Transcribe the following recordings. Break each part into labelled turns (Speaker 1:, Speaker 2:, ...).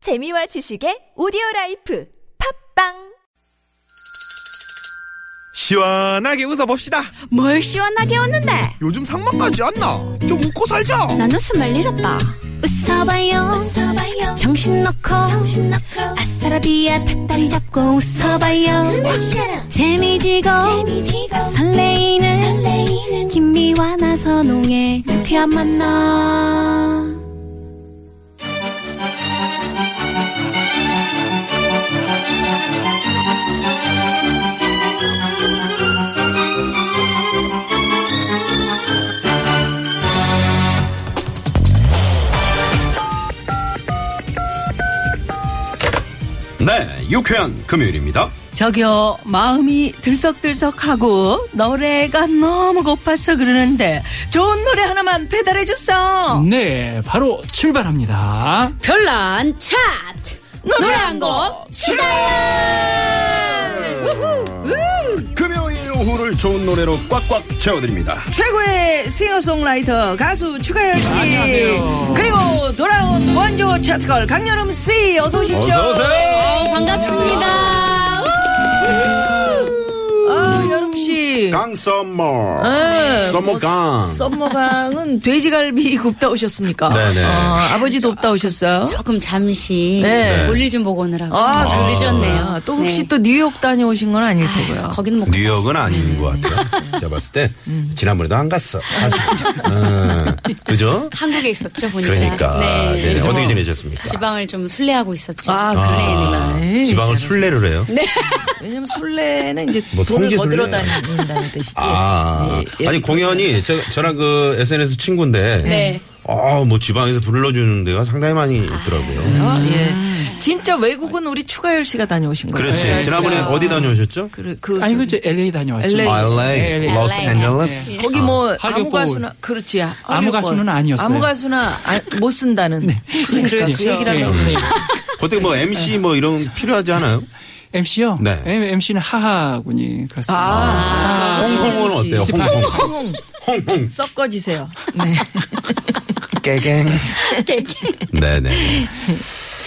Speaker 1: 재미와 지식의 오디오 라이프 팝빵
Speaker 2: 시원하게 웃어봅시다.
Speaker 3: 뭘 시원하게 웃는데
Speaker 2: 요즘 상만까지 안 나. 좀 웃고 살자.
Speaker 3: 난 웃음을 잃었다 웃어봐요, 정신 놓고 아싸라비아 닭다리 잡고 웃어봐요 재미지고, 설레이는, 김미와 나서 농에 유쾌한 만나
Speaker 4: 네, 유쾌한 금요일입니다.
Speaker 5: 저기요, 마음이 들썩들썩하고 노래가 너무 고파서 그러는데 좋은 노래 하나만 배달해 줬어.
Speaker 6: 네, 바로 출발합니다.
Speaker 3: 별난 차트 노래 한곡
Speaker 4: 금요일 오후를 좋은 노래로 꽉꽉 채워드립니다.
Speaker 5: 최고의 싱어송라이터 가수 추가열 씨.
Speaker 6: 안녕하세요.
Speaker 5: 그리고 돌아온 원조 차트걸 강여름 씨 어서 오십시오.
Speaker 4: 어서 오세요.
Speaker 3: 반갑습니다
Speaker 5: 아, 여름 씨.
Speaker 4: 강썸머.
Speaker 5: 네, 뭐
Speaker 4: 썸머강.
Speaker 5: 썸머강은 돼지갈비 굽다 오셨습니까?
Speaker 4: 네네.
Speaker 5: 아, 버지 돕다 오셨어요?
Speaker 3: 조금 잠시
Speaker 5: 네.
Speaker 3: 볼일 좀 보고 오느라고
Speaker 5: 아,
Speaker 3: 좀 늦었네요
Speaker 5: 아, 또 혹시
Speaker 3: 네.
Speaker 5: 또 뉴욕 다녀오신 건 아닐 테고요.
Speaker 3: 거기는 못
Speaker 4: 뉴욕은 아닌 것 같아요. 제가 봤을 때 지난번에도 안 갔어. 사실. 음, 그죠?
Speaker 3: 한국에 있었죠 보니까.
Speaker 4: 그러니까
Speaker 3: 네.
Speaker 4: 네,
Speaker 3: 그래서
Speaker 4: 어떻게
Speaker 3: 뭐
Speaker 4: 지내셨습니까?
Speaker 3: 지방을 좀 순례하고 있었죠. 네.
Speaker 5: 아,
Speaker 4: 아,
Speaker 5: 그러네. 에이,
Speaker 4: 지방을
Speaker 5: 잘하세요.
Speaker 4: 순례를 해요.
Speaker 5: 왜냐면 술래는 이제
Speaker 4: 뭐
Speaker 5: 돈을
Speaker 4: 성지
Speaker 5: 거들어
Speaker 4: 순례.
Speaker 5: 다닌다는 뜻이지.
Speaker 4: 아,
Speaker 5: 예, 예.
Speaker 4: 아니 공연이 저, 저랑 그 SNS 친구인데,
Speaker 3: 네.
Speaker 4: 아, 뭐 지방에서 불러주는 데가 상당히 많이 있더라고요.
Speaker 5: 어,
Speaker 6: 음.
Speaker 5: 예. 진짜 외국은 우리 추가열 씨가 다녀오신 거예요.
Speaker 4: 그렇지. 지난번에 어디 다녀오셨죠?
Speaker 5: 그, 그
Speaker 6: 아니
Speaker 5: 저기,
Speaker 6: 그저 LA 다녀왔죠.
Speaker 5: LA.
Speaker 4: LA,
Speaker 6: LA.
Speaker 4: 로스앤젤레스.
Speaker 5: 거기 뭐
Speaker 6: 하리오
Speaker 5: 아무
Speaker 6: 볼.
Speaker 5: 가수나 그렇지. 아,
Speaker 6: 아무
Speaker 5: 하리오 볼.
Speaker 6: 가수는 아니었어요.
Speaker 5: 아무 가수나 아- 못 쓴다는. 그러니까 그 얘기를 하려고
Speaker 6: 네, 네.
Speaker 4: 그때 뭐 MC 뭐 이런 거 필요하지 않아요?
Speaker 6: MC요?
Speaker 4: 네.
Speaker 6: MC는 하하군이 그렇습니다.
Speaker 5: 아,
Speaker 4: 홍콩은 어때요? 홍콩.
Speaker 5: 홍콩
Speaker 4: 홍홍.
Speaker 5: 섞어지세요. 네.
Speaker 4: 깨갱. 네네.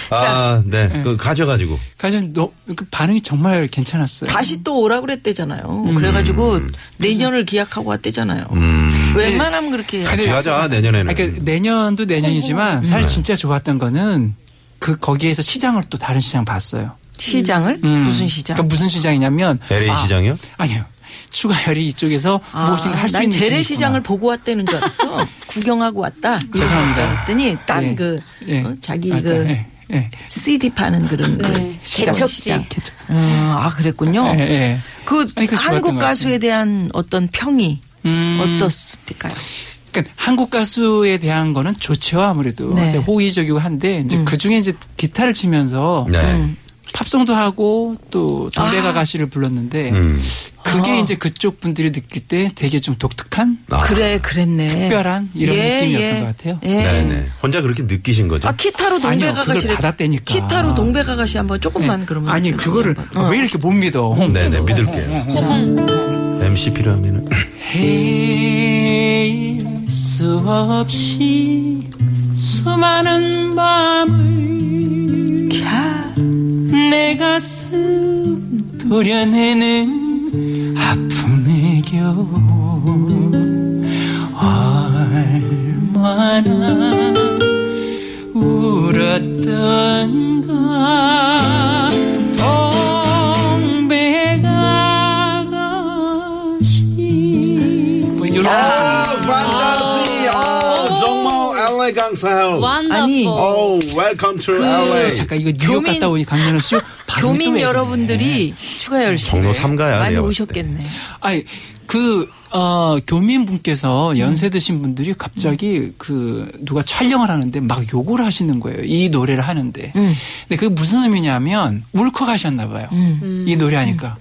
Speaker 4: 아, 네. 그 가져가지고.
Speaker 6: 가장 너, 그 반응이 정말 괜찮았어요.
Speaker 5: 다시 또 오라 그랬대잖아요. 그래가지고 내년을 기약하고 왔대잖아요.
Speaker 4: 음.
Speaker 5: 웬만하면 그렇게 해야
Speaker 4: 같이
Speaker 5: 돼요.
Speaker 4: 가자,
Speaker 6: 아,
Speaker 4: 내년에는.
Speaker 6: 그러니까 내년도
Speaker 5: 음.
Speaker 6: 내년이지만 사실 진짜 좋았던 거는 그 거기에서 시장을 또 다른 시장 봤어요.
Speaker 5: 시장을
Speaker 6: 음.
Speaker 5: 무슨 시장?
Speaker 6: 그러니까 무슨 시장이냐면
Speaker 4: LA 시장이요?
Speaker 6: 아니요. 추가열이 이쪽에서 무엇인가 할 수 있는
Speaker 5: 아, 난 재래
Speaker 6: 길이
Speaker 5: 시장을
Speaker 6: 있구나. 아,
Speaker 5: 보고 왔다는 줄 알았어. 구경하고 왔다.
Speaker 6: 죄송합니다.
Speaker 5: 그랬더니
Speaker 6: 예.
Speaker 5: 딴그
Speaker 6: 예.
Speaker 5: 자기
Speaker 6: 맞다.
Speaker 5: 그
Speaker 6: 예. 예.
Speaker 5: CD 파는 그런 그 시장.
Speaker 3: 개척지.
Speaker 6: 개척.
Speaker 5: 음, 아 그랬군요.
Speaker 6: 예, 예.
Speaker 5: 그
Speaker 6: 아니, 그거 좋았던
Speaker 5: 한국
Speaker 6: 것 같아요.
Speaker 5: 가수에 대한 어떤 평이
Speaker 6: 음.
Speaker 5: 어떻습니까요?
Speaker 6: 그러니까 한국 가수에 대한 거는 좋죠 아무래도
Speaker 5: 네. 음.
Speaker 6: 근데 호의적이고 한데 이제 그 중에 이제 기타를 치면서
Speaker 4: 네.
Speaker 6: 팝송도 하고 또 동백아 가시를 불렀는데
Speaker 4: 음.
Speaker 5: 아.
Speaker 6: 그게 이제 그쪽 분들이 느낄 때 되게 좀 독특한
Speaker 4: 아.
Speaker 5: 그래 그랬네.
Speaker 6: 특별한 이런 느낌이었던 것 같아요.
Speaker 5: 예.
Speaker 4: 네네. 혼자 그렇게 느끼신 거죠?
Speaker 5: 아 키타로
Speaker 6: 아니요,
Speaker 5: 동백
Speaker 6: 그걸
Speaker 5: 아가씨를
Speaker 6: 받았다니까.
Speaker 5: 키타로 동백 아가씨 한번 조금만
Speaker 6: 네.
Speaker 5: 그러면
Speaker 6: 아니 그거를
Speaker 5: 한번. 어.
Speaker 6: 왜 이렇게 못 믿어? 홍.
Speaker 4: 네네, 믿을게요. MC 필요하면은.
Speaker 6: 헤일 수 없이 수많은 밤을 내 가슴 도려내는 아픔의 겨울 얼마나 울었던가 동백아가씨 뭐 이런
Speaker 4: 완다르티! 아, 정말 LA 강사요.
Speaker 5: 아니,
Speaker 3: 완더풀.
Speaker 4: Oh, welcome to
Speaker 6: 아,
Speaker 4: LA.
Speaker 6: 잠깐 이거 뉴욕
Speaker 5: 교민-
Speaker 6: 갔다 오니 강민호 씨
Speaker 5: 교민
Speaker 6: 예.
Speaker 5: 여러분들이 추가열 씨
Speaker 4: 경로 삼가야,
Speaker 5: 많이
Speaker 4: 내가 봤을
Speaker 5: 오셨겠네.
Speaker 6: 아니 그 어, 교민분께서 연세 드신 분들이 갑자기 그 누가 촬영을 하는데 막 욕을 하시는 거예요. 이 노래를 하는데.
Speaker 5: 음.
Speaker 6: 근데 그게 무슨 의미냐면 울컥하셨나 봐요.
Speaker 5: 음.
Speaker 6: 이 노래 하니까.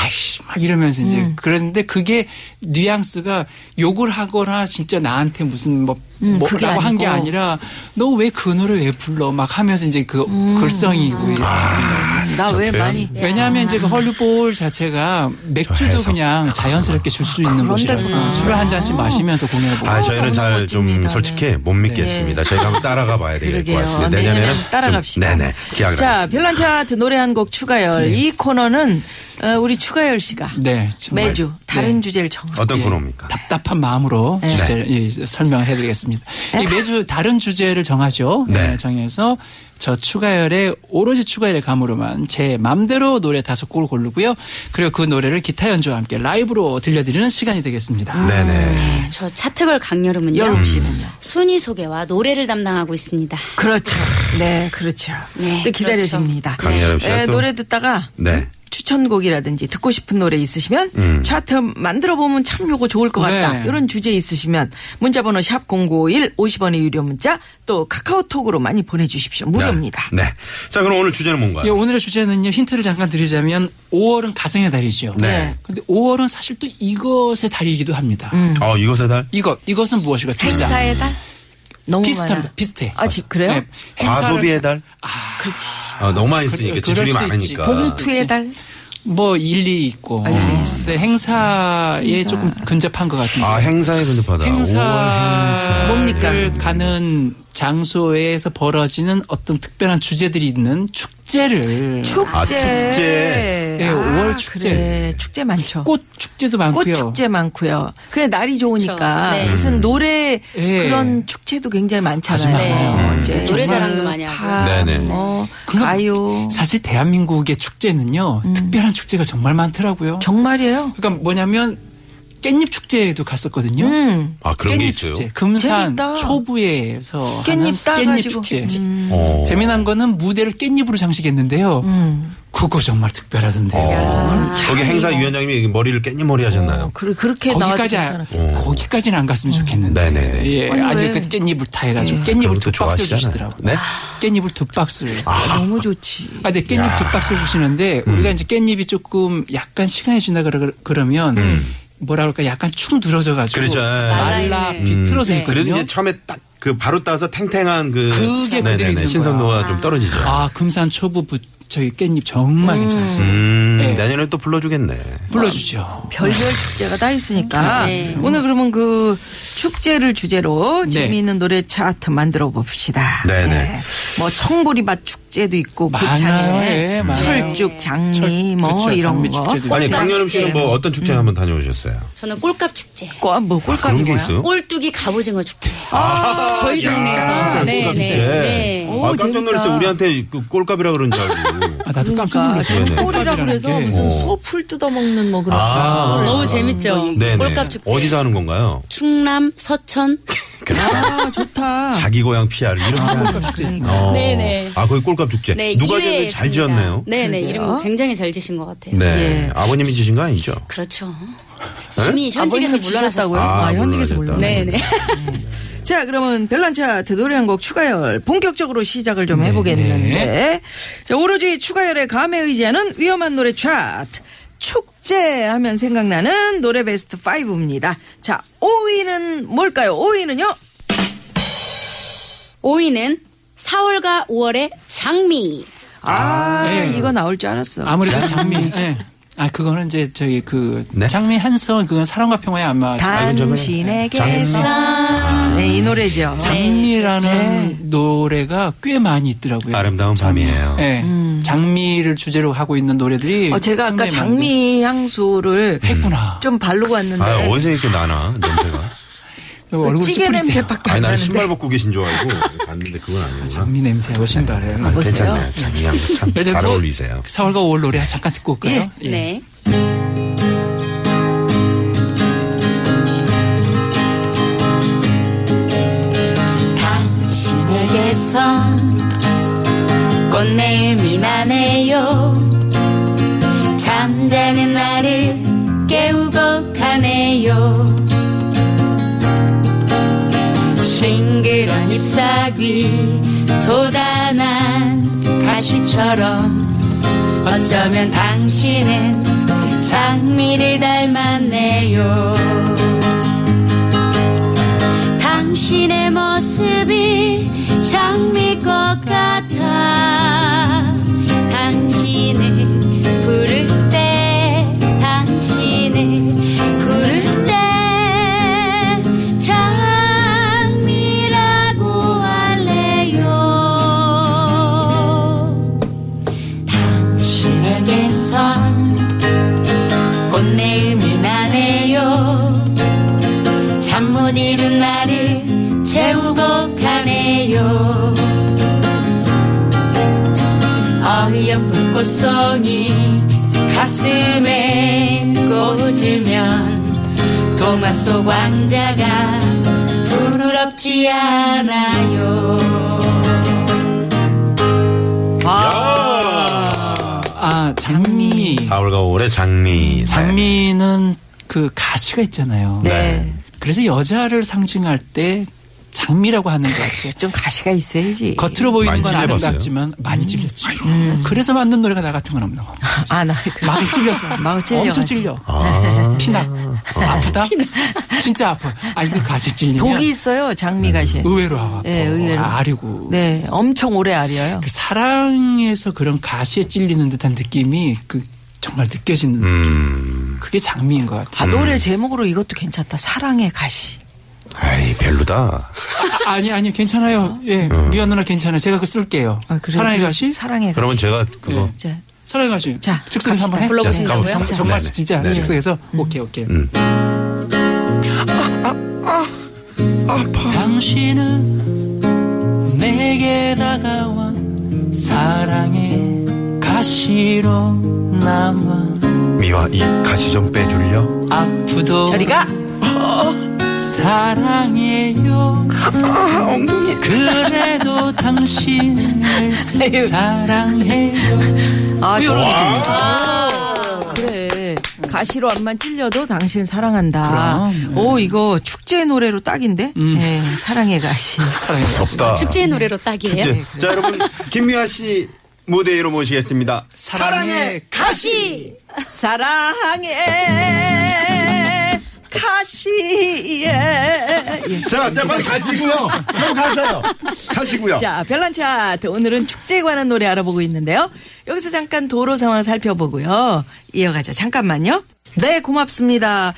Speaker 6: 아이씨 막 이러면서 이제 그랬는데 그게 뉘앙스가 욕을 하거나 진짜 나한테 무슨 뭐
Speaker 5: 음, 그게
Speaker 6: 뭐라고 한 게
Speaker 5: 아니고. 음.
Speaker 6: 아니라 너 왜 그 노래 왜 불러 막 하면서 이제 그 글썽이고 이렇게.
Speaker 4: 아,
Speaker 5: 나 왜 많이
Speaker 6: 왜냐하면 이제 그 헐리볼 자체가 맥주도
Speaker 4: 해석.
Speaker 6: 그냥 자연스럽게 줄 수 있는
Speaker 5: 음.
Speaker 6: 곳이라서 술을 한 잔씩 마시면서 공연을 보고
Speaker 4: 아, 저희는 잘 좀
Speaker 5: 멋집니다.
Speaker 4: 솔직히 못 믿겠습니다. 저희가 한번 따라가 봐야 될 것
Speaker 5: 그러게요. 네,
Speaker 4: 같습니다.
Speaker 5: 내년에는
Speaker 4: 네, 내년에는
Speaker 5: 따라갑시다.
Speaker 4: 좀, 네네. 기약을
Speaker 5: 자,
Speaker 4: 하겠습니다. 네.
Speaker 5: 별난 차트 노래 한 곡 추가열. 이 코너는 어, 우리 추가열 씨가
Speaker 6: 네, 정말.
Speaker 5: 매주 다른
Speaker 6: 네.
Speaker 5: 주제를 정하.
Speaker 4: 어떤
Speaker 6: 예,
Speaker 4: 코너입니까?
Speaker 6: 답답한 마음으로
Speaker 5: 네.
Speaker 6: 주제를 예, 설명을 해드리겠습니다. 이 매주 다른 주제를 정하죠.
Speaker 4: 네.
Speaker 6: 예, 정해서 저 추가열의 오로지 추가열의 감으로만 제 맘대로 노래 다섯 곡을 고르고요. 그리고 그 노래를 기타 연주와 함께 라이브로 들려드리는 시간이 되겠습니다.
Speaker 4: 네네.
Speaker 3: 저 차트걸 강여름은요.
Speaker 5: 여름 씨는요?
Speaker 4: 음.
Speaker 3: 순위 소개와 노래를 담당하고 있습니다.
Speaker 5: 그렇죠. 네, 그렇죠.
Speaker 3: 네,
Speaker 5: 또 기다려집니다.
Speaker 4: 그렇죠. 강여름 씨가
Speaker 5: 예,
Speaker 4: 또-
Speaker 5: 노래 듣다가
Speaker 4: 네. 음.
Speaker 5: 추천곡이라든지 듣고 싶은 노래 있으시면 차트 만들어 보면 참 요거 좋을 것 같다.
Speaker 6: 네.
Speaker 5: 이런 주제 있으시면 문자 번호 샵 0951, 50원의 유료 문자 또 카카오톡으로 많이 보내 주십시오. 무료입니다.
Speaker 4: 네. 자, 그럼 오늘 주제는
Speaker 6: 예,
Speaker 4: 뭔가요?
Speaker 6: 오늘의 주제는요. 힌트를 잠깐 드리자면 5월은 가정의 달이죠.
Speaker 5: 예.
Speaker 4: 네.
Speaker 6: 근데 5월은 사실 또 이것의 달이기도 합니다.
Speaker 4: 어, 이것의 달?
Speaker 6: 이것 이것은 무엇일까? 두장
Speaker 5: 음. 행사의 달? 너무
Speaker 6: 비슷합니다.
Speaker 5: 많아.
Speaker 6: 비슷해.
Speaker 5: 아, 지- 그래요?
Speaker 6: 네. 행사를- 아,
Speaker 4: 과소비의 달?
Speaker 5: 그렇지.
Speaker 4: 어, 너무 많이 쓰니까
Speaker 6: 그럴
Speaker 4: 지출이
Speaker 6: 수도 있지.
Speaker 4: 많으니까.
Speaker 6: 봉투.
Speaker 5: 투의
Speaker 6: 그치.
Speaker 5: 달?
Speaker 6: 뭐 일리 있고
Speaker 5: 아,
Speaker 6: 네, 행사에 조금 근접한 것 같은데
Speaker 4: 아, 행사에 근접하다.
Speaker 6: 행사
Speaker 5: 뭡니까?
Speaker 6: 를 가는 장소에서 벌어지는 어떤 특별한 주제들이 있는 축제를
Speaker 5: 축제. 아,
Speaker 4: 아, 축제.
Speaker 6: 예, 오월 축제.
Speaker 5: 그래. 축제 많죠.
Speaker 6: 꽃 축제도 많고요. 음.
Speaker 5: 꽃축제 많고요. 그게 날이
Speaker 3: 그쵸.
Speaker 5: 좋으니까
Speaker 3: 네.
Speaker 5: 무슨 노래
Speaker 6: 예.
Speaker 5: 그런 축제도 굉장히 많잖아요.
Speaker 6: 아주 많아요. 음.
Speaker 5: 어, 이제
Speaker 3: 네. 노래
Speaker 5: 정말
Speaker 3: 자랑도 많이 하고. 어.
Speaker 5: 팝,
Speaker 4: 네네.
Speaker 5: 뭐
Speaker 6: 그럼
Speaker 5: 가요.
Speaker 6: 사실 대한민국의 축제는요 특별한 축제가 정말 많더라고요.
Speaker 5: 음. 정말이에요.
Speaker 6: 그러니까 뭐냐면 깻잎 축제에도 갔었거든요.
Speaker 5: 음.
Speaker 4: 아, 그런 게
Speaker 6: 깻잎
Speaker 4: 있어요.
Speaker 6: 축제 금산
Speaker 5: 재밌다.
Speaker 6: 초부에서 하는
Speaker 5: 깻잎
Speaker 6: 깻잎
Speaker 5: 따가지고.
Speaker 6: 축제. 어.
Speaker 5: 음.
Speaker 4: 오.
Speaker 6: 재미난 거는 무대를 깻잎으로 장식했는데요.
Speaker 5: 음.
Speaker 6: 그거 정말 특별하던데.
Speaker 4: 어.
Speaker 6: 요
Speaker 4: 거기 행사 위원장님이 여기 머리를 깻잎 머리 하셨나요?
Speaker 5: 그, 그렇게
Speaker 6: 거기까지
Speaker 5: 나왔잖아요. 음.
Speaker 4: 어.
Speaker 6: 거기까지는 안 갔으면 좋겠는데.
Speaker 4: 네네네.
Speaker 6: 예,
Speaker 5: 아니,
Speaker 6: 아니
Speaker 5: 왜? 예.
Speaker 6: 그 깻잎을 다 해가지고
Speaker 4: 그런
Speaker 6: 깻잎을
Speaker 4: 것도
Speaker 6: 두 박스를
Speaker 4: 좋아하시잖아요.
Speaker 6: 주시더라고.
Speaker 4: 네?
Speaker 6: 깻잎을 두 박스를. 아.
Speaker 5: 너무 좋지.
Speaker 6: 근데 깻잎 두 박스를 주시는데 우리가 이제 깻잎이 조금 약간 시간이 지나 그러, 그러면 뭐라 그럴까 약간 축 늘어져가지고
Speaker 4: 그렇죠.
Speaker 6: 말라
Speaker 3: 음.
Speaker 6: 비틀어져
Speaker 3: 네.
Speaker 6: 있거든요.
Speaker 4: 그래도 이제 처음에 딱 그 바로 따서 탱탱한 그
Speaker 6: 그게 그대로 있는 거야.
Speaker 4: 신선도가 좀 떨어지죠.
Speaker 6: 아 금산 초부 부, 저희 깻잎 정말 괜찮았어요.
Speaker 4: 음,
Speaker 6: 네. 음.
Speaker 4: 내년에 또 불러주겠네.
Speaker 6: 불러주죠.
Speaker 5: 별별 축제가 다
Speaker 6: 아,
Speaker 5: 있으니까
Speaker 3: 네.
Speaker 5: 오늘 그러면 그 축제를 주제로
Speaker 6: 네.
Speaker 5: 재미있는 노래 차트 만들어 봅시다.
Speaker 4: 네네.
Speaker 5: 뭐 청보리밭 축제도 있고
Speaker 6: 많아요.
Speaker 5: 고창에
Speaker 6: 예, 많아요.
Speaker 5: 철쭉 장미
Speaker 6: 철-
Speaker 5: 뭐
Speaker 6: 그쵸,
Speaker 5: 이런
Speaker 6: 장미
Speaker 5: 거.
Speaker 6: 축제도
Speaker 4: 아니
Speaker 3: 꽃가루
Speaker 4: 강렬음 씨는
Speaker 3: 축제.
Speaker 4: 뭐 어떤 축제 한번 다녀오셨어요?
Speaker 3: 저는 꼴값 축제.
Speaker 5: 꼴- 뭐 꼴값이
Speaker 4: 아, 그런 게
Speaker 5: 뭐야?
Speaker 4: 있어요? 아,
Speaker 3: 꼴뚜기 갑오징어 축제. 저희
Speaker 6: 아,
Speaker 3: 동네에서 네,
Speaker 4: 꼴값
Speaker 3: 네,
Speaker 4: 축제.
Speaker 3: 네.
Speaker 5: 오,
Speaker 4: 아 깜짝 놀랐어요.
Speaker 5: 재밌다.
Speaker 4: 우리한테 그 꼴값이라 그런 줄 알고.
Speaker 6: 아, 나도 깜짝
Speaker 5: 그러니까
Speaker 6: 놀랐어요.
Speaker 5: 저는
Speaker 4: 네네.
Speaker 5: 꼴이라 그래서
Speaker 6: 게.
Speaker 5: 무슨
Speaker 4: 어.
Speaker 5: 소풀 뜯어먹는 뭐 그런
Speaker 4: 아.
Speaker 3: 너무 재밌죠.
Speaker 4: 네네.
Speaker 3: 꼴값 축제.
Speaker 4: 어디서 하는 건가요?
Speaker 3: 충남, 서천.
Speaker 5: 아 좋다.
Speaker 4: 자기 고향 PR 이런
Speaker 6: 아.
Speaker 4: 거. 어.
Speaker 3: 네네.
Speaker 4: 아 거기 꼴값 축제.
Speaker 3: 네,
Speaker 4: 누가
Speaker 3: 이회에
Speaker 4: 지었는지 잘
Speaker 3: 있습니다.
Speaker 4: 지었네요.
Speaker 3: 네네,
Speaker 5: 그러게요.
Speaker 3: 이름 굉장히 잘 지신 것 같아요.
Speaker 4: 네.
Speaker 5: 예.
Speaker 4: 아버님이 지신 거 아니죠?
Speaker 3: 그렇죠.
Speaker 4: 네?
Speaker 3: 이미 현직에서
Speaker 5: 뭐 아버님이 지셨다고요?
Speaker 3: 물러나셨다고요?
Speaker 5: 아, 현직에서
Speaker 4: 물러나셨다.
Speaker 5: 물러나.
Speaker 3: 네네.
Speaker 4: 아,
Speaker 5: 자, 그러면 별난 차트 노래 한 곡 추가열 본격적으로 시작을 좀
Speaker 6: 네,
Speaker 5: 해보겠는데 자, 오로지 추가열의 감에 의지하는 위험한 노래 차트 축제 하면 생각나는 노래 베스트 5입니다. 자, 5위는 뭘까요? 5위는요?
Speaker 3: 5위는 4월과 5월의 장미.
Speaker 5: 아,
Speaker 6: 네.
Speaker 5: 이거 나올 줄 알았어.
Speaker 6: 아무래도 장미. 예. 아 그거는 이제 저기 그
Speaker 4: 네?
Speaker 6: 장미 한성 그건 사랑과 평화에 안 맞아.
Speaker 5: 당신에게서 네, 이 노래죠.
Speaker 6: 장미라는 노래가 꽤 많이 있더라고요.
Speaker 4: 아름다운 밤이에요.
Speaker 6: 예. 장미를 주제로 하고 있는 노래들이.
Speaker 5: 음. 어, 제가 아까
Speaker 6: 상당히 많은데.
Speaker 5: 장미 향수를
Speaker 6: 했구나.
Speaker 5: 좀 바르고 왔는데
Speaker 4: 아 어디서 이렇게 나나 냄새가?
Speaker 6: 얼굴
Speaker 5: 찌개
Speaker 6: 찌푸리세요.
Speaker 5: 냄새밖에
Speaker 4: 아니
Speaker 5: 안
Speaker 4: 나는
Speaker 5: 나는데
Speaker 4: 신발 벗고 계신 줄 알고 봤는데 그건 아니구나.
Speaker 6: 장미 냄새 훨씬 더래요.
Speaker 4: 아, 괜찮네요. 장미양
Speaker 6: 예를
Speaker 4: 참잘
Speaker 6: 들어서
Speaker 4: 어울리세요.
Speaker 6: 4월과 5월 그 노래 잠깐 듣고 올까요? 예.
Speaker 3: 네. 당신에게선 꽃내음이 나네요. 잠자는 나를 깨우고 가네요. 싱그런 잎사귀 도단한 가시처럼 어쩌면 당신은 장미를 닮았네요. 당신의 모습이 장미꽃 같아. 당신
Speaker 7: 하얀 불꽃송이 가슴에 꽂으면 동화 속 왕자가 부끄럽지 않아요.
Speaker 6: 아 장미.
Speaker 4: 4월과 5월의 장미. 네.
Speaker 6: 장미는 그 가시가 있잖아요.
Speaker 4: 네.
Speaker 6: 그래서 여자를 상징할 때 장미라고 하는 것 같아요.
Speaker 5: 좀 가시가 있어야지.
Speaker 6: 겉으로 보이는
Speaker 4: 많이
Speaker 6: 건
Speaker 4: 찔려봤어요?
Speaker 6: 아름답지만 많이
Speaker 5: 음.
Speaker 6: 찔렸죠. 그래서 만든 노래가 나 같은 건 없는 거.
Speaker 5: 아, 나.
Speaker 6: 막 찔려서.
Speaker 5: 막 찔려.
Speaker 6: 엄청 찔려.
Speaker 4: 아.
Speaker 6: 피나. 아프다? 진짜 아파. 아, 이거 가시 찔리면
Speaker 5: 독이 있어요, 장미 가시.
Speaker 6: 의외로 아파.
Speaker 5: 네, 의외로.
Speaker 6: 아리고.
Speaker 5: 네, 엄청 오래 아려요.
Speaker 6: 그 사랑에서 그런 가시에 찔리는 듯한 느낌이 그 정말 느껴지는
Speaker 4: 음.
Speaker 6: 그게 장미인 것 같아요.
Speaker 5: 아, 노래 제목으로 이것도 괜찮다. 사랑의 가시.
Speaker 4: 아이, 별로다.
Speaker 6: 아, 아니 아니 괜찮아요. 예 미연 누나 괜찮아요. 제가 그 쓸게요.
Speaker 5: 음. 아, 그래요?
Speaker 6: 사랑의 가시.
Speaker 5: 사랑의 가시.
Speaker 4: 그러면 제가 그거.
Speaker 5: 자,
Speaker 6: 사랑의 가시.
Speaker 5: 자,
Speaker 6: 즉석에서 한번
Speaker 5: 갑시다.
Speaker 6: 해.
Speaker 4: 불러보신다고요?
Speaker 6: 자, 가보세요.
Speaker 4: 자,
Speaker 6: 정말
Speaker 4: 네네.
Speaker 6: 진짜
Speaker 4: 네네.
Speaker 6: 즉석에서 오케이 오케이.
Speaker 4: 음.
Speaker 5: 아,
Speaker 6: 당신은 내게 다가온 사랑의 가시로 남아
Speaker 4: 미화, 이 가시 좀 빼줄려?
Speaker 6: 아프도
Speaker 5: 저리가
Speaker 6: 사랑해요.
Speaker 5: 아,
Speaker 6: 그래도 당신을 사랑해요.
Speaker 5: 아,
Speaker 6: 이런
Speaker 5: 저런
Speaker 6: 느낌.
Speaker 5: 그래. 가시로 암만 찔려도 당신 사랑한다.
Speaker 6: 그럼, 네.
Speaker 5: 오, 이거 축제 노래로 딱인데? 네, 사랑의 가시.
Speaker 6: 사랑해요.
Speaker 4: 없다.
Speaker 7: 축제 노래로 딱이에요.
Speaker 4: 아, 축제. 자, 여러분, 김미화 씨 무대 위로 모시겠습니다. 사랑의
Speaker 7: 가시!
Speaker 5: 사랑의 가시에. 예.
Speaker 4: 자, 자, 빨리 가시고요. 그럼 가세요. 가시고요.
Speaker 5: 자, 별난 차트. 오늘은 축제에 관한 노래 알아보고 있는데요. 여기서 잠깐 도로 상황 살펴보고요. 이어가죠. 잠깐만요. 네, 고맙습니다.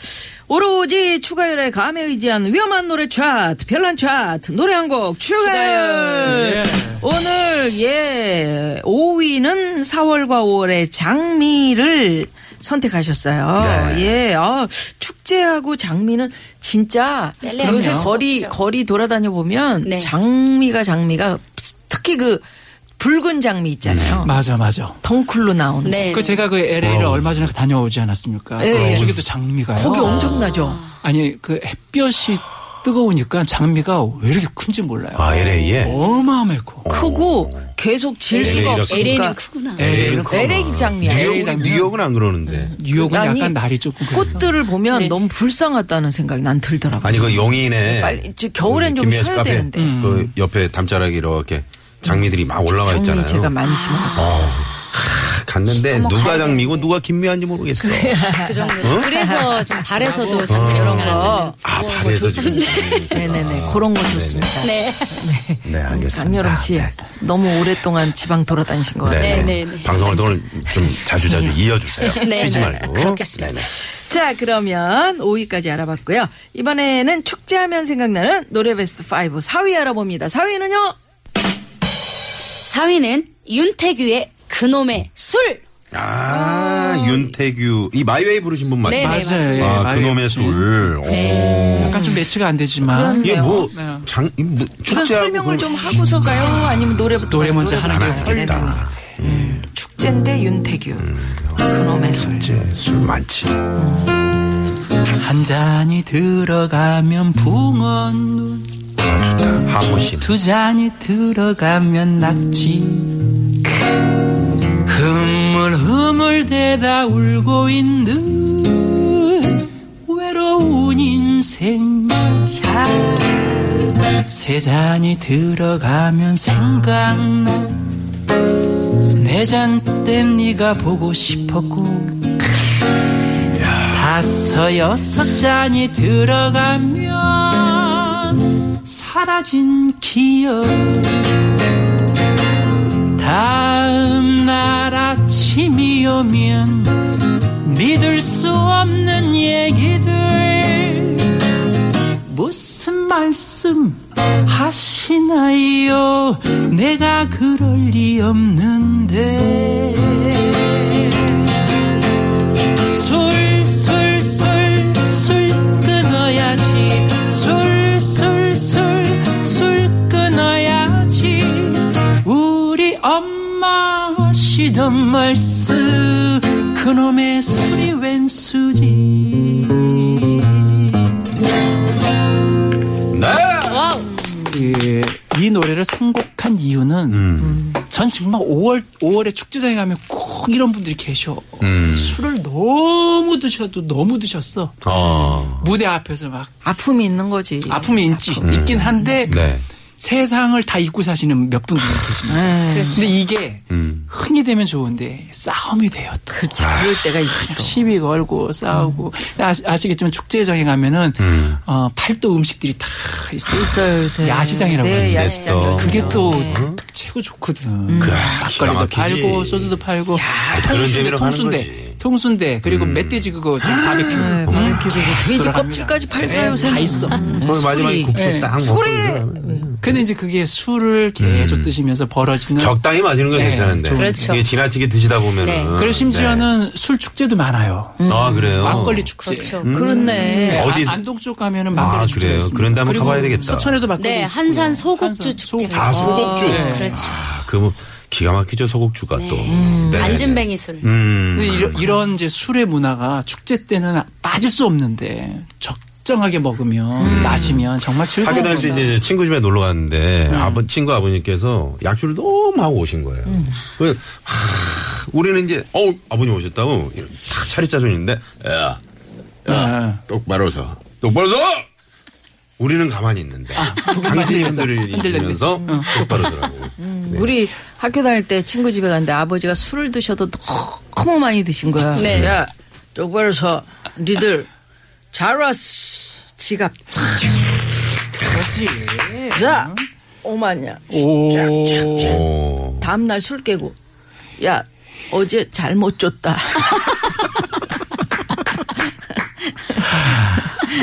Speaker 5: 오로지 추가열의 감에 의지한 위험한 노래 차트, 별난 차트, 노래 한 곡, 추가열! 오늘, 예, 5위는 4월과 5월의 장미를 선택하셨어요. 예, 아, 축제하고 장미는 진짜
Speaker 7: 뗄래야
Speaker 5: 요새
Speaker 7: 할수
Speaker 5: 거리,
Speaker 7: 없죠.
Speaker 5: 거리 돌아다녀 보면
Speaker 7: 네.
Speaker 5: 장미가 장미가 특히 그 붉은 장미 있잖아요.
Speaker 4: 네.
Speaker 6: 맞아 맞아.
Speaker 5: 덩쿨로 나온.
Speaker 7: 네.
Speaker 6: 그 제가 그 LA를
Speaker 4: 와우.
Speaker 6: 얼마 전에 다녀오지 않았습니까?
Speaker 5: 예, 예.
Speaker 6: 거기도 장미가요.
Speaker 4: 아.
Speaker 5: 거기 엄청나죠.
Speaker 6: 아니 그 햇볕이 뜨거우니까 장미가 왜 이렇게 큰지 몰라요.
Speaker 4: 아, LA에.
Speaker 6: 어마어마했고.
Speaker 5: 크고 계속 질
Speaker 7: 네,
Speaker 5: 수가
Speaker 4: LA 가
Speaker 5: 없으니까.
Speaker 7: LA는 크구나.
Speaker 5: LA LA 장미야.
Speaker 6: LA
Speaker 4: 뉴욕은,
Speaker 6: 장면.
Speaker 4: 뉴욕은 안 그러는데.
Speaker 6: 뉴욕은
Speaker 5: 아니,
Speaker 6: 약간 날이 조금 그래서.
Speaker 5: 꽃들을
Speaker 7: 네.
Speaker 5: 보면 너무 불쌍하다는 생각이 난 들더라고요.
Speaker 4: 아니, 그 용인에.
Speaker 5: 네, 빨리, 저 겨울엔 좀
Speaker 4: 김미아 씨
Speaker 5: 쉬어야
Speaker 4: 카페
Speaker 5: 되는데.
Speaker 6: 음.
Speaker 4: 그 옆에 담자락이 이렇게 장미들이 막 올라와
Speaker 5: 장미
Speaker 4: 있잖아요.
Speaker 5: 제가 많이 심어요.
Speaker 4: 탁 갔는데 누가 장미고 누가 김미아인지 모르겠어.
Speaker 7: 그 정도. 그래서 좀 발에서도 장미 여러 거.
Speaker 4: 어?
Speaker 7: 뭐 그렇죠.
Speaker 4: 아, 발에서 지금.
Speaker 5: 뭐, 네네네. 그런 거 좋습니다.
Speaker 7: 네.
Speaker 4: 네, 아. 알겠습니다.
Speaker 5: 강여름 씨
Speaker 4: 네.
Speaker 5: 너무 오랫동안 지방 돌아다니신 것 같아요.
Speaker 4: 네,
Speaker 7: 네,
Speaker 4: 네.
Speaker 7: 네.
Speaker 4: 방송을 오늘 좀 자주자주 이어주세요.
Speaker 7: 네,
Speaker 4: 쉬지
Speaker 7: 네.
Speaker 4: 말고.
Speaker 7: 그렇겠습니다.
Speaker 4: 네, 네.
Speaker 5: 자, 그러면 5위까지 알아봤고요. 이번에는 축제하면 생각나는 노래 베스트 5 4위 알아봅니다. 4위는요?
Speaker 7: 4위는 윤태규의 그놈의 술!
Speaker 4: 아, 윤태규. 이 마이웨이 부르신 분 맞나요?
Speaker 7: 네,
Speaker 6: 맞아요.
Speaker 7: 맞습니다.
Speaker 6: 예,
Speaker 4: 아,
Speaker 6: 말이-
Speaker 4: 그놈의 술.
Speaker 5: 네.
Speaker 4: 오.
Speaker 6: 약간 좀 매치가 안 되지만
Speaker 4: 이게 뭐,
Speaker 6: 네.
Speaker 4: 장, 이 뭐,
Speaker 5: 이건
Speaker 4: 축제하고.
Speaker 5: 설명을
Speaker 4: 그걸-
Speaker 5: 좀 하고서 가요? 아니면 노래부터?
Speaker 6: 노래 먼저
Speaker 5: 가요?
Speaker 6: 하는 게
Speaker 5: 노래부터
Speaker 4: 낫겠다.
Speaker 5: 가요? 네네네. 음. 축제인데 윤태규.
Speaker 6: 음,
Speaker 5: 그놈의 술.
Speaker 4: 이제 술 많지.
Speaker 6: 한 잔이 들어가면 붕어눈,
Speaker 4: 아, 좋다. 하모씨.
Speaker 6: 두 잔이 들어가면 낙지. 흐물흐물 대다 울고 있는 외로운 인생. 세 잔이 들어가면 생각나. 네잔땐 네가 보고 싶었고. 다섯 여섯 잔이 들어가면 사라진 기억 다음 날 아침이 오면 믿을 수 없는 얘기들 무슨 말씀 하시나요 내가 그럴 리 없는데 술, 술, 술, 술 끊어야지. 술, 술, 술, 술 끊어야지. 우리 엄마. 마시던 말씀 그놈의 술이 웬 수지
Speaker 4: 네.
Speaker 7: 와우.
Speaker 6: 예, 이 노래를 선곡한 이유는 전 정말 5월 5월에 축제장에 가면 꼭 이런 분들이 계셔
Speaker 4: 음.
Speaker 6: 술을 너무 드셔도 너무 드셨어
Speaker 4: 어.
Speaker 6: 무대 앞에서 막
Speaker 5: 아픔이 있는 거지.
Speaker 6: 아픔이 있지 있긴 한데
Speaker 4: 음. 네.
Speaker 6: 세상을 다 잊고 사시는 몇 분들이 계십니다.
Speaker 5: 네. 예. 그렇죠.
Speaker 6: 근데 이게
Speaker 4: 음.
Speaker 6: 흥이 되면 좋은데 싸움이 돼요. 또.
Speaker 5: 그렇지. 그럴 때가 있지.
Speaker 6: 그냥 시비 걸고 싸우고
Speaker 5: 음.
Speaker 6: 아, 시겠지만 축제장에 가면은
Speaker 4: 음.
Speaker 6: 어, 팔도 음식들이 다 있어요.
Speaker 5: 있어요, 요새.
Speaker 6: 야시장이라고
Speaker 5: 네,
Speaker 6: 하는데.
Speaker 5: 야시장.
Speaker 6: 그게 또
Speaker 7: 네.
Speaker 6: 최고 좋거든.
Speaker 5: 음.
Speaker 4: 그, 기가 막히지.
Speaker 6: 막걸리도 팔고 아, 소주도 팔고
Speaker 4: 그런
Speaker 6: 통순대
Speaker 4: 재미로 가는
Speaker 6: 통순대
Speaker 4: 거지. 음.
Speaker 6: 통순대 그리고 멧돼지 그거 저 바베큐 음.
Speaker 5: 바베큐 아, 그거 돼지 껍질까지 팔더라,
Speaker 6: 네,
Speaker 5: 요새는.
Speaker 6: 다 있어.
Speaker 4: 오늘 마지막에
Speaker 5: 술이.
Speaker 4: 국수
Speaker 6: 예.
Speaker 4: 딱 먹고.
Speaker 5: 술이.
Speaker 4: 그러면.
Speaker 6: 근데 이제 그게 술을 계속 드시면서 벌어지는
Speaker 4: 음. 적당히 마시는 건
Speaker 6: 네,
Speaker 4: 괜찮은데.
Speaker 6: 좀-
Speaker 7: 그렇죠.
Speaker 4: 이게 지나치게 드시다 보면은.
Speaker 7: 네.
Speaker 6: 그리고 심지어는 술 축제도 많아요.
Speaker 4: 네. 아, 그래요?
Speaker 6: 막걸리 축제.
Speaker 7: 그렇죠.
Speaker 4: 음.
Speaker 5: 그렇네.
Speaker 6: 네,
Speaker 4: 어디서?
Speaker 6: 아, 안동 쪽 가면은
Speaker 4: 아,
Speaker 6: 막걸리 축제가
Speaker 4: 그래요?
Speaker 6: 있습니다.
Speaker 4: 그런데 한번
Speaker 6: 그리고
Speaker 4: 가봐야 되겠다.
Speaker 6: 서천에도 막걸리
Speaker 7: 네,
Speaker 6: 있고요.
Speaker 7: 한산 소곡주
Speaker 6: 한산
Speaker 7: 축제.
Speaker 6: 소곡주.
Speaker 4: 다 소곡주.
Speaker 6: 네.
Speaker 7: 그렇죠.
Speaker 4: 아, 그 뭐, 기가 막히죠, 소곡주가 또. 네.
Speaker 7: 그 안진뱅이 술.
Speaker 4: 음.
Speaker 6: 근데 네, 이런, 이런 이제 술의 문화가 축제 때는 빠질 수 없는데 적정하게 먹으면 마시면 정말
Speaker 4: 학교
Speaker 6: 즐거운
Speaker 4: 다닐 때 음. 이제 친구 집에 놀러 갔는데 아버 친구 아버님께서 약주를 너무 하고 오신 거예요. 그래서 하, 우리는 이제 어 아버님 오셨다고 이렇게 탁 차리 짜줬는데 야
Speaker 6: 아,
Speaker 4: 똑바로 서 똑바로 서 우리는 가만히 있는데 당신이 흔들리면서 똑바로 서라고.
Speaker 6: 네.
Speaker 5: 우리 학교 다닐 때 친구 집에 갔는데 아버지가 술을 드셔도 너무 많이 드신 거야.
Speaker 7: 네.
Speaker 5: 야, 똑바로 서. 니들 잘 왔어. 지갑.
Speaker 6: 그렇지.
Speaker 5: 자, 오만냐.
Speaker 6: 오.
Speaker 4: 오.
Speaker 5: 다음날 술 깨고. 야, 어제 잘못 줬다.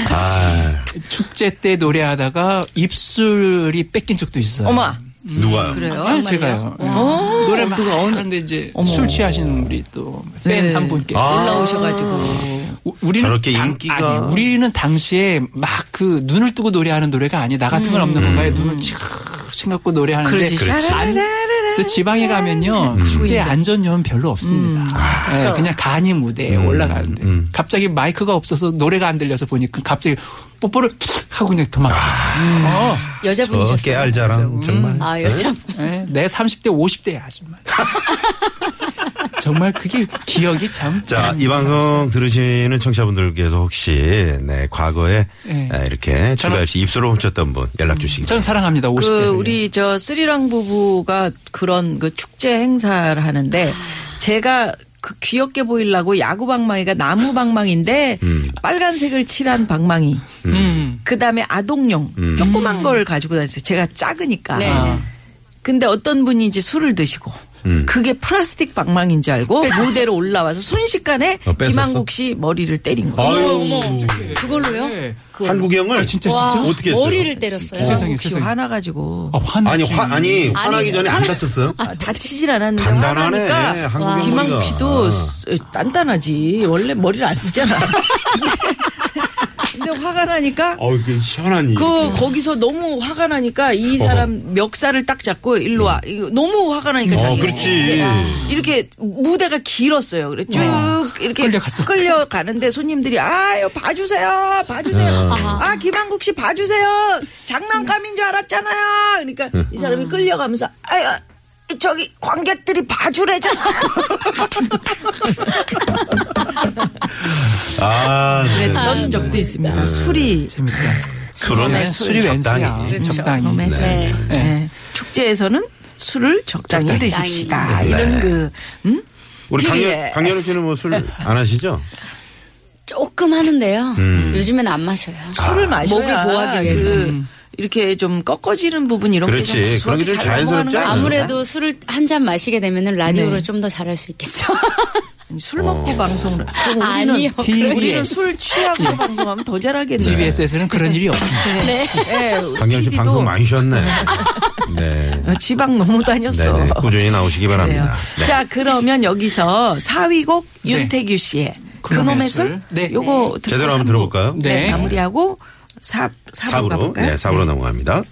Speaker 4: 아
Speaker 6: 축제 때 노래하다가 입술이 뺏긴 적도 있어요.
Speaker 5: 엄마.
Speaker 4: 누가요?
Speaker 5: 그래요?
Speaker 6: 아, 제가요. 예. 노래 막 하는데 네. 이제 술 취하시는 우리 또 팬 한 분께서 아.
Speaker 5: 올라오셔가지고.
Speaker 6: 우- 우리는
Speaker 4: 아, 저렇게
Speaker 6: 당-
Speaker 4: 인기가-
Speaker 6: 아니, 우리는 당시에 막 그 눈을 뜨고 노래하는 노래가 아니 나 같은 건 없는
Speaker 4: 음.
Speaker 6: 건가요? 눈을 치신 갖고 노래하는데
Speaker 5: 그렇지. 그렇지.
Speaker 6: 안- 또 지방에 가면요
Speaker 4: 음.
Speaker 6: 축제 안전요원 별로 없습니다. 예, 그냥 간이 무대에
Speaker 4: 음.
Speaker 6: 올라가는데 갑자기 마이크가 없어서 노래가 안 들려서 보니까 갑자기 뽀뽀를 하고 그냥 도망갔어요. 어.
Speaker 4: 저
Speaker 7: 여자분이셨어요.
Speaker 4: 깨알 자랑 정말.
Speaker 7: 아, 여자
Speaker 6: 예, 내 30대 50대 아줌마. 정말 그게 기억이 참.
Speaker 4: 자, 이 방송 들으시는 청취자분들께서 혹시 네, 과거에
Speaker 6: 예.
Speaker 4: 아, 이렇게 출발 씨 입술을 훔쳤던 분 연락 주시기
Speaker 6: 저는 사랑합니다. 50대.
Speaker 5: 그 우리 저 스리랑 부부가 그런 그 축제 행사를 하는데 제가 그 귀엽게 보이려고 야구 방망이가 나무 방망인데
Speaker 4: 음.
Speaker 5: 빨간색을 칠한 방망이.
Speaker 6: 음.
Speaker 5: 그다음에 아동용 조그만 걸 가지고 다녔어요. 제가 작으니까.
Speaker 7: 네.
Speaker 6: 아.
Speaker 5: 근데 어떤 분이 이제 술을 드시고
Speaker 4: 음.
Speaker 5: 그게 플라스틱 방망인 줄 알고 무대로 올라와서 순식간에
Speaker 4: 어, 뺏었어?
Speaker 5: 김한국 씨 머리를 때린 거예요.
Speaker 4: 아유,
Speaker 5: 어?
Speaker 7: 그걸로요?
Speaker 4: 한국이 형을
Speaker 6: 예, 진짜
Speaker 7: 와,
Speaker 6: 진짜.
Speaker 4: 어떻게 했어요?
Speaker 7: 머리를 때렸어요.
Speaker 6: 세상에.
Speaker 5: 김한국 씨
Speaker 6: 세상에.
Speaker 5: 화나가지고
Speaker 4: 어.
Speaker 6: 아, 화나.
Speaker 4: 아니 화 아니 화나기
Speaker 7: 아니,
Speaker 4: 전에 안 다쳤어요?
Speaker 5: 아, 다치질 않았는데
Speaker 4: 단단하네, 예,
Speaker 5: 화나니까
Speaker 4: 한국인 머리가.
Speaker 5: 김한국 씨도
Speaker 4: 아.
Speaker 5: 쓰- 단단하지 원래 머리를 안 쓰잖아. 근데 화가 나니까
Speaker 4: 어우 예, 이게 시원하니.
Speaker 5: 그 거기서 너무 화가 나니까 이 사람 멱살을 딱 잡고 일로 와. 이거 너무 화가 나니까
Speaker 4: 어
Speaker 5: 자기
Speaker 4: 그렇지.
Speaker 5: 이렇게 무대가 길었어요. 그래 쭉 이렇게
Speaker 6: 끌려갔어.
Speaker 5: 가는데 손님들이 아유 봐주세요, 봐주세요.
Speaker 4: 어.
Speaker 5: 아 김한국 씨 봐주세요. 장난감인 줄 알았잖아요. 그러니까
Speaker 4: 네.
Speaker 5: 이 사람이 끌려가면서 아유 저기 관객들이 봐주래잖아.
Speaker 4: 아 네.
Speaker 5: 그런 적도 있습니다. 술이
Speaker 6: 재밌다.
Speaker 4: 술은
Speaker 6: 네, 술이
Speaker 4: 적당히.
Speaker 6: 왼수야. 적당히.
Speaker 5: 그렇죠. 너무 해서.
Speaker 7: 네.
Speaker 6: 네.
Speaker 5: 네. 축제에서는 술을 적당히, 드십시다.
Speaker 4: 네.
Speaker 5: 이런 그 음?
Speaker 4: 우리
Speaker 5: TBS.
Speaker 4: 강연 강연우 씨는 뭐 술 안 하시죠?
Speaker 7: 조금 하는데요.
Speaker 4: 음.
Speaker 7: 요즘엔 안 마셔요.
Speaker 4: 아,
Speaker 5: 술을 마셔야
Speaker 7: 목을 보호하기 위해서.
Speaker 5: 그 이렇게 좀 꺾어지는 부분 이런
Speaker 4: 그렇지.
Speaker 5: 게좀
Speaker 4: 그런 게좀 자연스럽지 않아요? 네.
Speaker 7: 아무래도 술을 한 잔 마시게 되면은 라디오를 좀 더 잘할 수 있겠죠.
Speaker 5: 술
Speaker 4: 어.
Speaker 5: 먹고 방송을 그럼 우리는
Speaker 7: 아니요.
Speaker 6: 디-
Speaker 5: 우리는
Speaker 6: TBS.
Speaker 5: 술 취하고
Speaker 4: 네.
Speaker 5: 방송하면 더 잘하겠네.
Speaker 6: TBS에서는 그런 일이 없습니다.
Speaker 7: 네.
Speaker 5: 예,
Speaker 4: 강연우 씨
Speaker 5: PD도
Speaker 4: 방송 많이 쉬었네. 네.
Speaker 5: 어, 지방 너무 다녔어.
Speaker 4: 네네. 꾸준히 나오시기
Speaker 5: 그래요.
Speaker 4: 바랍니다. 네.
Speaker 5: 자 그러면 여기서 4위곡 윤태규 씨의 그놈의
Speaker 6: 그놈의 술.
Speaker 5: 술.
Speaker 6: 네.
Speaker 5: 요거 듣고
Speaker 4: 제대로 한번
Speaker 5: 삼부.
Speaker 4: 들어볼까요?
Speaker 5: 네.
Speaker 6: 네.
Speaker 5: 마무리하고 4 4로
Speaker 4: 사부로
Speaker 5: 가볼까요?
Speaker 4: 네 사부로 넘어갑니다.